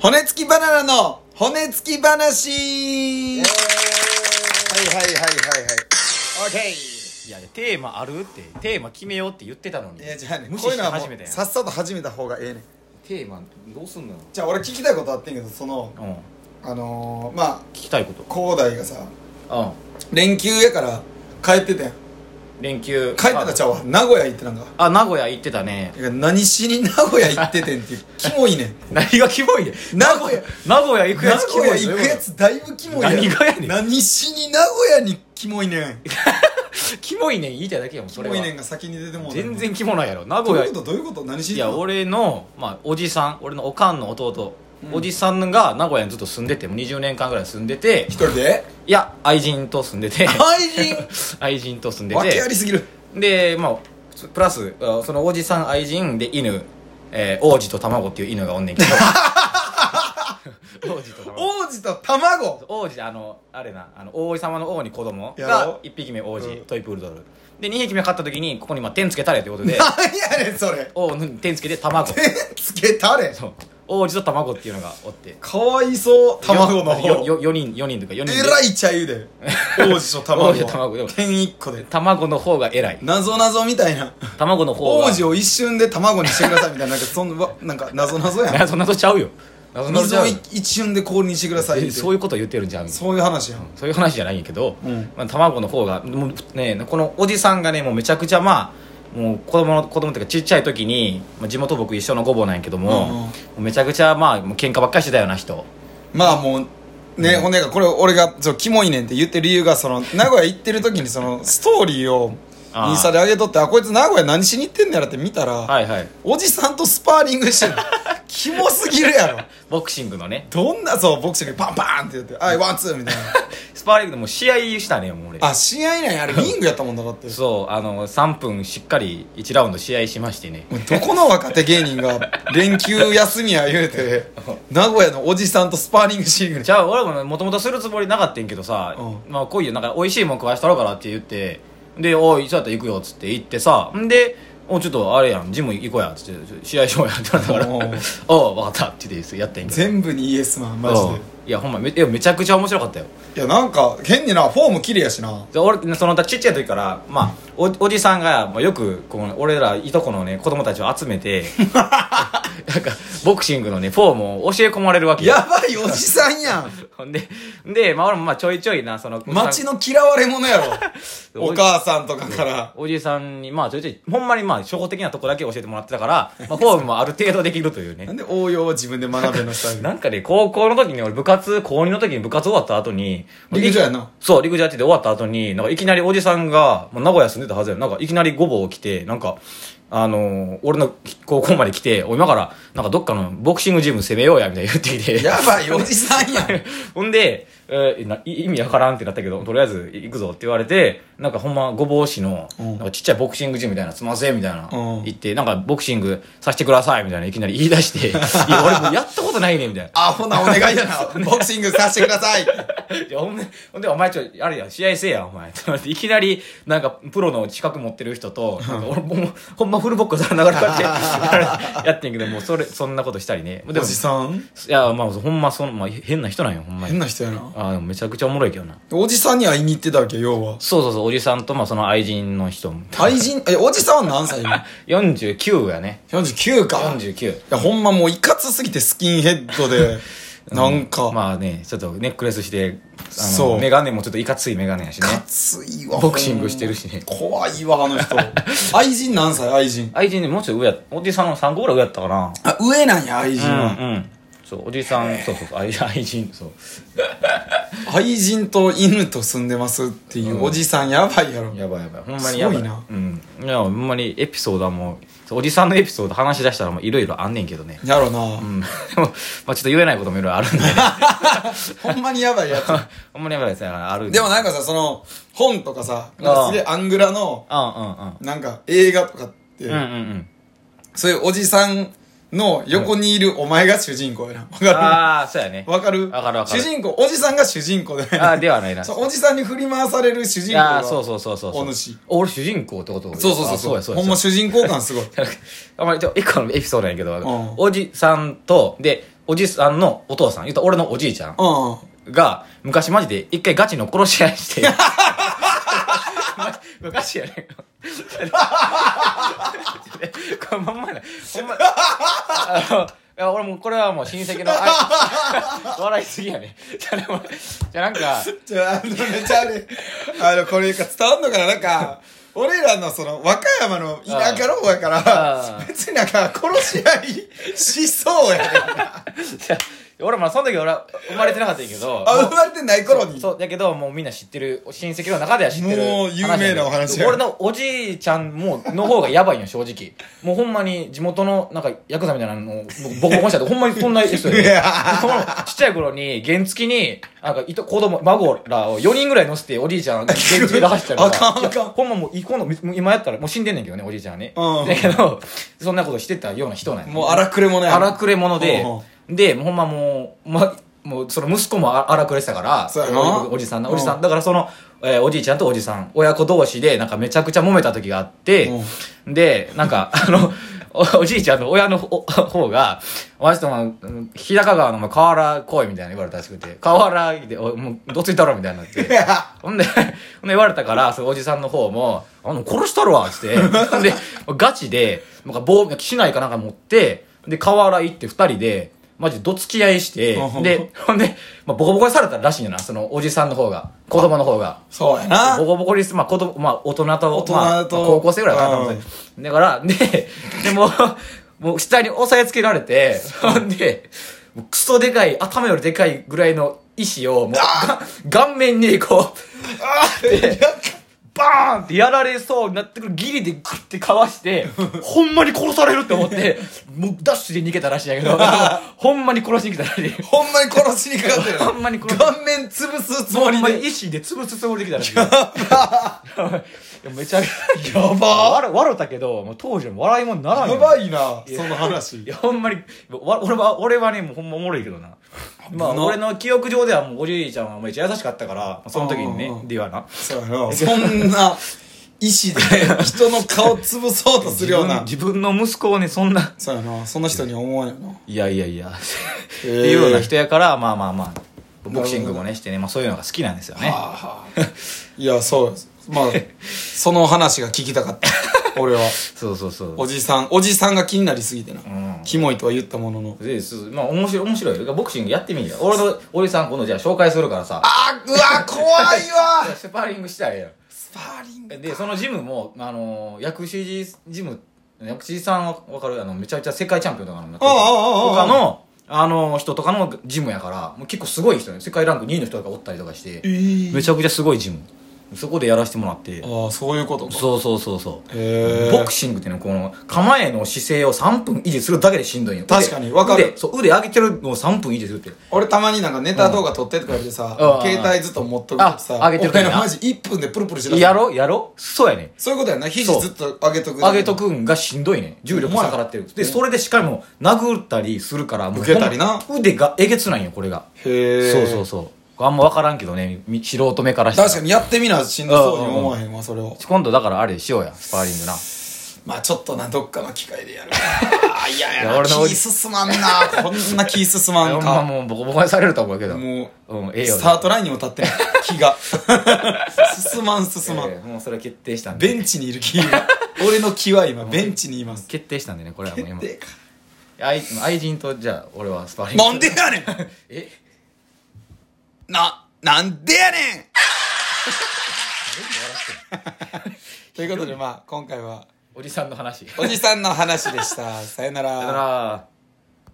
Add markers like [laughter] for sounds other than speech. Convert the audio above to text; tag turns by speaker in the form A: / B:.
A: 骨付きバナナの骨付き
B: は
A: 話
B: いはいはいはいはい。オッケー。
C: いやテーマあるってテーマ決めようって言ってたのに
A: いやじゃあね
C: 無
A: こ
C: 視
A: ういう
C: し
A: のはも
C: 始めた
A: う
C: やん
A: さっさと始めた方がええねん
C: テーマどうすんのよ、
A: じゃあ俺聞きたいことあってんけどその
C: うん、聞
A: あのー、まあ
C: きたいこと
A: 恒大がさ
C: うん
A: 連休やから帰っててん
C: 連休
A: 帰ってたちゃうわ名古屋行ってなんか
C: あ名古屋行ってたね
A: いや何しに名古屋行っててんっ
C: [laughs]
A: ていうキモいねん
C: 何がキモいね
A: 名古屋
C: 名古屋行く
A: 名
C: やつキモ
A: 古
C: い
A: 屋行くやつだいぶキモいやん
C: 何がやねん
A: 何しに名古屋にキモいねん
C: キモいねん言いたいだけやもん
A: キ
C: それ
A: モ
C: はい
A: ねんが先に出てもうてん
C: 全然キモないやろ名
A: どう
C: 古
A: いう
C: 屋
A: ことどういうこと何し
C: い
A: に行
C: や
A: くの
C: 俺の、まあ、おじさん俺のおかんの弟、
A: うん
C: おじさんが名古屋にずっと住んでてもう20年間ぐらい住んでて
A: 一人で
C: いや愛人と住ん
A: [laughs]
C: でて
A: 愛
C: 愛人と住ん
A: 人
C: で
A: わけあ
C: て
A: りすぎる
C: でまあプラスあそのおじさん愛人で犬、えー王子と卵っていう犬がおんねんけど王子と卵
A: [laughs] 王子と卵
C: 王子あのあれなあの王子様の王に子供
A: やろ
C: が1匹目王
A: う
C: 子、
A: ん
C: トイプードルで2匹目飼った時にここにまあ点つけたれということで
A: 何やねんそれ
C: 王に点つけて卵
A: 手つけたれ
C: そう王子と卵っていうのがおって
A: かわいそう卵の
C: よ
A: 方
C: よ4人4人とか4人で
A: えらい茶湯で王子と卵
C: [laughs] 王子と卵でも
A: 剣一個で
C: 卵の方が偉い
A: なぞなぞみたいな
C: 卵の方が
A: 王子
C: [laughs]
A: を一瞬で卵にしてくださいみたいななんかそんななんかなぞなぞやん
C: 謎謎ちゃうよ謎謎ち
A: 水
C: ゃ
A: を
C: うよ
A: 一瞬で氷にしてくださいって
C: そういうこと言ってるんじゃん
A: そういう話やん
C: そういう話じゃないんやけど、
A: うん
C: まあ、卵の方がもうねこのおじさんがねもうめちゃくちゃまあもう子供の子供っていうかちっちゃい時に、まあ、地元僕一緒のごぼうなんやけども,、
A: うんうん
C: もうめちゃくちゃまあもう喧嘩ばっかりしてたような人
A: まあもうね、ほんでこれ俺がそうキモいねんって言ってる理由がそ [laughs] の名古屋行ってる時にそのストーリーを
C: あー
A: インスタで上げとってあこいつ名古屋何しに行ってんねやろって見たら、
C: はいはい
A: おじさんとスパーリング [laughs] してるキモすぎるやろ
C: ボクシングのね
A: どんなそうボクシングパンパンって言って「はいワンツー」みたいな
C: スパーリングでもう試合したねもう俺
A: あ試合なんやあれリングやったもんだだっても
C: そうあの3分しっかり1ラウンド試合しましてね
A: うどこの若手芸人が連休休みや言うて名古屋のおじさんとスパーリングしに行く
C: じゃあ俺ももともとするつもりなかったんけどさ、
A: う
C: まあ来いよなんか美味しいもん食わしたろうからって言ってで「おいいつだったら行くよ」っつって行ってさんで「おちょっとあれやんジム行こうや」っつって「試合しようや」ってなったから
A: おう
C: 「 [laughs] おう分かった」って言ってやってんけど
A: 全部にイエスマンマジ
C: うんいやほんまめいやめちゃくちゃ面白かったよ
A: でいやなんか変になフォーム綺麗やしな
C: で俺そのちっちゃい時から、まあ、おおじさんが、まあ、よくこの俺らいとこのね子供たちを集
A: [laughs]
C: めてなんかボクシングのねフォームを教え込まれるわけよ
A: やばいおじさんやん
C: ほんでで、まあ、俺もまあちょいちょいなその
A: 街の嫌われ者や
C: [laughs]
A: ろ
C: お
A: お母さんとかから
C: おじさんに、まあ、ちょいちょい、ほんまにまあ、初歩的なとこだけ教えてもらってたから、まあ、フォームもある程度できるという
A: な
C: ね
A: ん。で応用は自分で学べのスタイル
C: なんかね、高校の時に俺部活、高2の時に部活終わった後に、
A: 陸上やな
C: そう、陸上やってて終わった後に、なんかいきなりおじさんが、もう名古屋住んでたはずやのなんかいきなりごぼう来て、なんか、あのー俺の高校まで来て、お今から、なんかどっかのボクシングジム攻めようや、みたいな言ってきて。
A: やばいおじさんやん
C: [laughs] ほんで、えーない意味わからんってなったけど、とりあえず行くぞって言われて、なんかほんまごぼう市の、
A: うん
C: なんかちっちゃいボクシングジムみたいな、すんませんみたいな、
A: うん
C: 行って、なんかボクシングさせてくださいみたいな、いきなり言い
A: [laughs]
C: 出して、いや、俺もうやったことないねみたい
A: アホなお願いや
C: [laughs]
A: なボクシングさせてください
C: な。いやほんで、ほんで、お前ちょ、あれや、試合せえや、お前。 [laughs] ってなっていきなり、なんか、プロの資格持ってる人
A: [laughs]
C: と、なんか俺もう、ほんまフルボッコされながらこうやってやる、やってんけど、 [laughs] もう、それ、そんなことしたりね。
A: お
C: でも、
A: じさん
C: いや、まあ、ほんま、そん、まあ、変な人なんよ、ほんま
A: 変
C: に。
A: な人やな
C: ああ、でもめちゃくちゃおもろいけどな。
A: おじさんには言いに行ってたわけ要は
C: そうそうそう、おじさんと、まあ、その愛人の人も。
A: 愛人えおじさんは何歳今
C: 49やね。
A: 49かい
C: 49。
A: やほんまもういかつすぎてスキンヘッドでなんか、
C: まあね、ちょっとネックレスして、あ
A: そう
C: の、メガネもちょっといかついメガネやしね
A: い。かついわ
C: ボクシングしてるしね
A: 怖いわあの人愛人何歳愛人
C: 愛人ね、もうちょい上や、おじさんの3個ぐらい上やったかな。
A: あ上なんや愛人は、
C: うん、うん。そう、おじさん、そうそうそう、愛愛人、そう。
A: 愛人と犬と住んでますっていうおじさんやばいやろ、
C: やばいやばい。ほんまにやばい。
A: すごいな
C: うん。いや、ほんまにエピソードはもう、おじさんのエピソード話し出したらもういろいろあんねんけどね。
A: やろな、
C: うん。でも、まあちょっと言えないこともいろいろある
A: [laughs]
C: んでね。
A: ほんまにやばいや
C: [laughs]
A: つ
C: ほんまにやばいですね、ある
A: でもなん
C: か、
A: かさその本とかさなんかすげえアングラの
C: う
A: なんか映画とかって、
C: んうんうん。うんうんうん。
A: そういうおじさんの横にいるお前が主人公やなわかる
C: ああ、そうやね。
A: わかる
C: わかるわかる
A: 主人公、おじさんが主人公で。
C: あーではないな
A: そうおじさんに振り回される主人公
C: あ
A: が。
C: あそうそうそうそうそう
A: お主
C: 俺主人公ってこと
A: そうそうそう
C: あそうやそうや
A: ほんま主人公感すごい。
C: あんまりちょ一個のエピソードなんやけど、
A: ん
C: おじさんとでおじさんのお父さん、言ったら俺のおじいちゃん
A: うん。
C: が、昔マジで一回ガチの殺し合いして。
A: [laughs]
C: 昔やねん。これまんまやほんま。あのいや俺もうこれはもう親戚のあ [laughs] 笑いすぎやねじゃあでもじゃあなんか
A: じゃあ、あの、めちゃあれ、あの、これか伝わんのかななんか、俺らのその、和歌山の田舎の方やか
C: あ
A: ら
C: あ、
A: 別になんか、殺し合いしそうやねんな。
C: じゃあ [laughs] 俺もその時俺は生まれてなかったんやけど
A: あ、生まれてない頃に。
C: そう、だけど、もうみんな知ってる、親戚の中では知ってる。
A: もう有名なお話や
C: 俺のおじいちゃんも、の方がやばいよ、正直。もうほんまに、地元の、なんか、ヤクザみたいなのを、僕、ボコボコにしたって、ほんまにそんなやつよ。
A: いや
C: そのちっちゃい頃に、原付きに、なんか、いと、子供、孫らを4人ぐらい乗せて、おじいちゃん、原付きで走ったりと
A: あかんあかん
C: いやほんまもう、いこの、もう今やったら、もう死んでんねんけどね、おじいちゃんはね。
A: うん
C: だけど、そんなことしてたような人なんや
A: もう荒くれもね。
C: 荒くれ者
A: ほ
C: で
A: うほ、
C: で、ほんまもう、ま、もう、その息子もあ荒くれてたから
A: そうやな、
C: おじさんな、
A: うん
C: おじさん。だからその、えーおじいちゃんとおじさん、親子同士で、なんかめちゃくちゃ揉めた時があって、で、なんか、 [laughs] あの、おおじいちゃんの親のほ方が、わしとも、うん日高川のお前河原来いみたいな言われたらしくて、河原で、おもう、どついたろみたいになって。ほんで、 [laughs] ほんで言われたから、そのおじさんの方も、あの、殺したるわつって。ほんで、ガチで、なんか棒、市内かなんか持って、で、河原行って二人で、マジどつき合いして
A: う、ん
C: で、ほんで、まあ、ボコボコにされたらしいんやな、そのおじさんの方が、子供の方が。
A: そうやな
C: ボ。コボコにして、まあ、子供、まあ、大人と、
A: 大人と
C: まあ、高校生ぐらいかな、多分だから、で、でも、もう、下に押さえつけられて、ほんで、もうクソでかい、頭よりでかいぐらいの石を、もう、が顔面にこう、バーンってやられそうになってくるギリでグッてかわして、 [laughs] ほんまに殺されるって思って、もうダッシュで逃げたらしいんやけど、 [laughs] ほんまに殺しに来たらしい。
A: ほんまに殺しにかかってる。
C: ほんまに殺し
A: 顔面潰すつも
C: ほ
A: り
C: んまに
A: で。
C: 意思で潰すつもりできたらしい。や [laughs] ばめちゃくちゃ。や
A: ば
C: 笑笑ったけど、もう当時は笑いもんならんよ
A: やばいな、その話
C: い。や、ほんまに、わ俺は、俺はね、もうほんまおもろいけどな。まあ、
A: 危な
C: 俺の記憶上ではもうおじいちゃんはめっちゃ優しかったから、その時に
A: うんうんう
C: ね
A: ん、
C: ではな。
A: そうやな。そんな、意志で人の顔潰そうとするような。
C: 自分自分の息子をね、そんな、
A: そうやな。そんな人には思わんよな。
C: いやいやいや、っていうような人やから、まあまあまあ、ボクシングもね、してね、まあそういうのが好きなんですよね。
A: ああいやそうですまあその話が聞きたか
C: [laughs]
A: った俺は
C: そうそうそう。
A: おじさんおじさんが気になりすぎてな、
C: ん
A: キモいとは言ったものの
C: ですまあ面白い面白いよボクシングやってみるよ俺のおじさん今度じゃあ紹介するからさ
A: あーうわ怖いわ
C: スパーリングしたらえ
A: スパーリン
C: えやん
A: グ
C: でそのジムもあのー薬師寺ジム薬師寺さんは分かるあのめちゃめちゃ世界チャンピオンとかの
A: ああああああ
C: 他のあのー人とかのジムやからもう結構すごい人ね世界ランク2位の人とかおったりとかして、めちゃくちゃすごいジムそこでやらせてもらって
A: ああそういうことか
C: そうそうそうそう
A: へえ
C: ボクシングっていうのはこの構えの姿勢を3分維持するだけでしんどいよ
A: 確かにわかる
C: 腕そう腕上げてるのを3分維持するって
A: 俺たまになんかネタ動画撮ってとか言ってさ、
C: うん
A: 携帯ずっと持っとくとさ
C: あ上げてる時
A: 俺
C: な
A: らマジ1分でプルプルしてた
C: やろやろそうやね
A: そういうことやな肘ずっと上げとく
C: 上げとくんがしんどいね重力
A: ほんまや
C: 逆らってるでそれでしかも殴ったりするからもう
A: 受けたりな
C: ほんま腕がえげつないよこれが
A: へえ
C: そうそうそうあんま分からんけどねみ素人目からしたら
A: 確かにやってみなしんどそうに思わへんわそれを
C: 今度だからあれしようやスパーリングな
A: まあちょっとな、どっかの機会でやる。 [laughs] いやい
C: いや
A: や
C: 俺
A: な、
C: の
A: 気進まんな。こんな気進まん
C: ほんま
A: か。
C: もうボコボコにされると思うけど
A: もう、
C: うんええよ
A: スタートラインにも立ってない。気が。 [laughs] 進まん、進ま
C: え
A: ん。
C: えもうそれは決定したんで
A: ベンチにいる気 [laughs] が。俺の気は今、ベンチにいます。
C: 決定したんでねこれはもう今
A: でか
C: 愛愛人とじゃあ俺はスパーリング
A: なんでやねん
C: [laughs] え
A: な、なんでやねん [laughs] ということで、まあ、今回は、
C: おじさんの話さ
A: おじさんの話でした。さよなら
C: よなら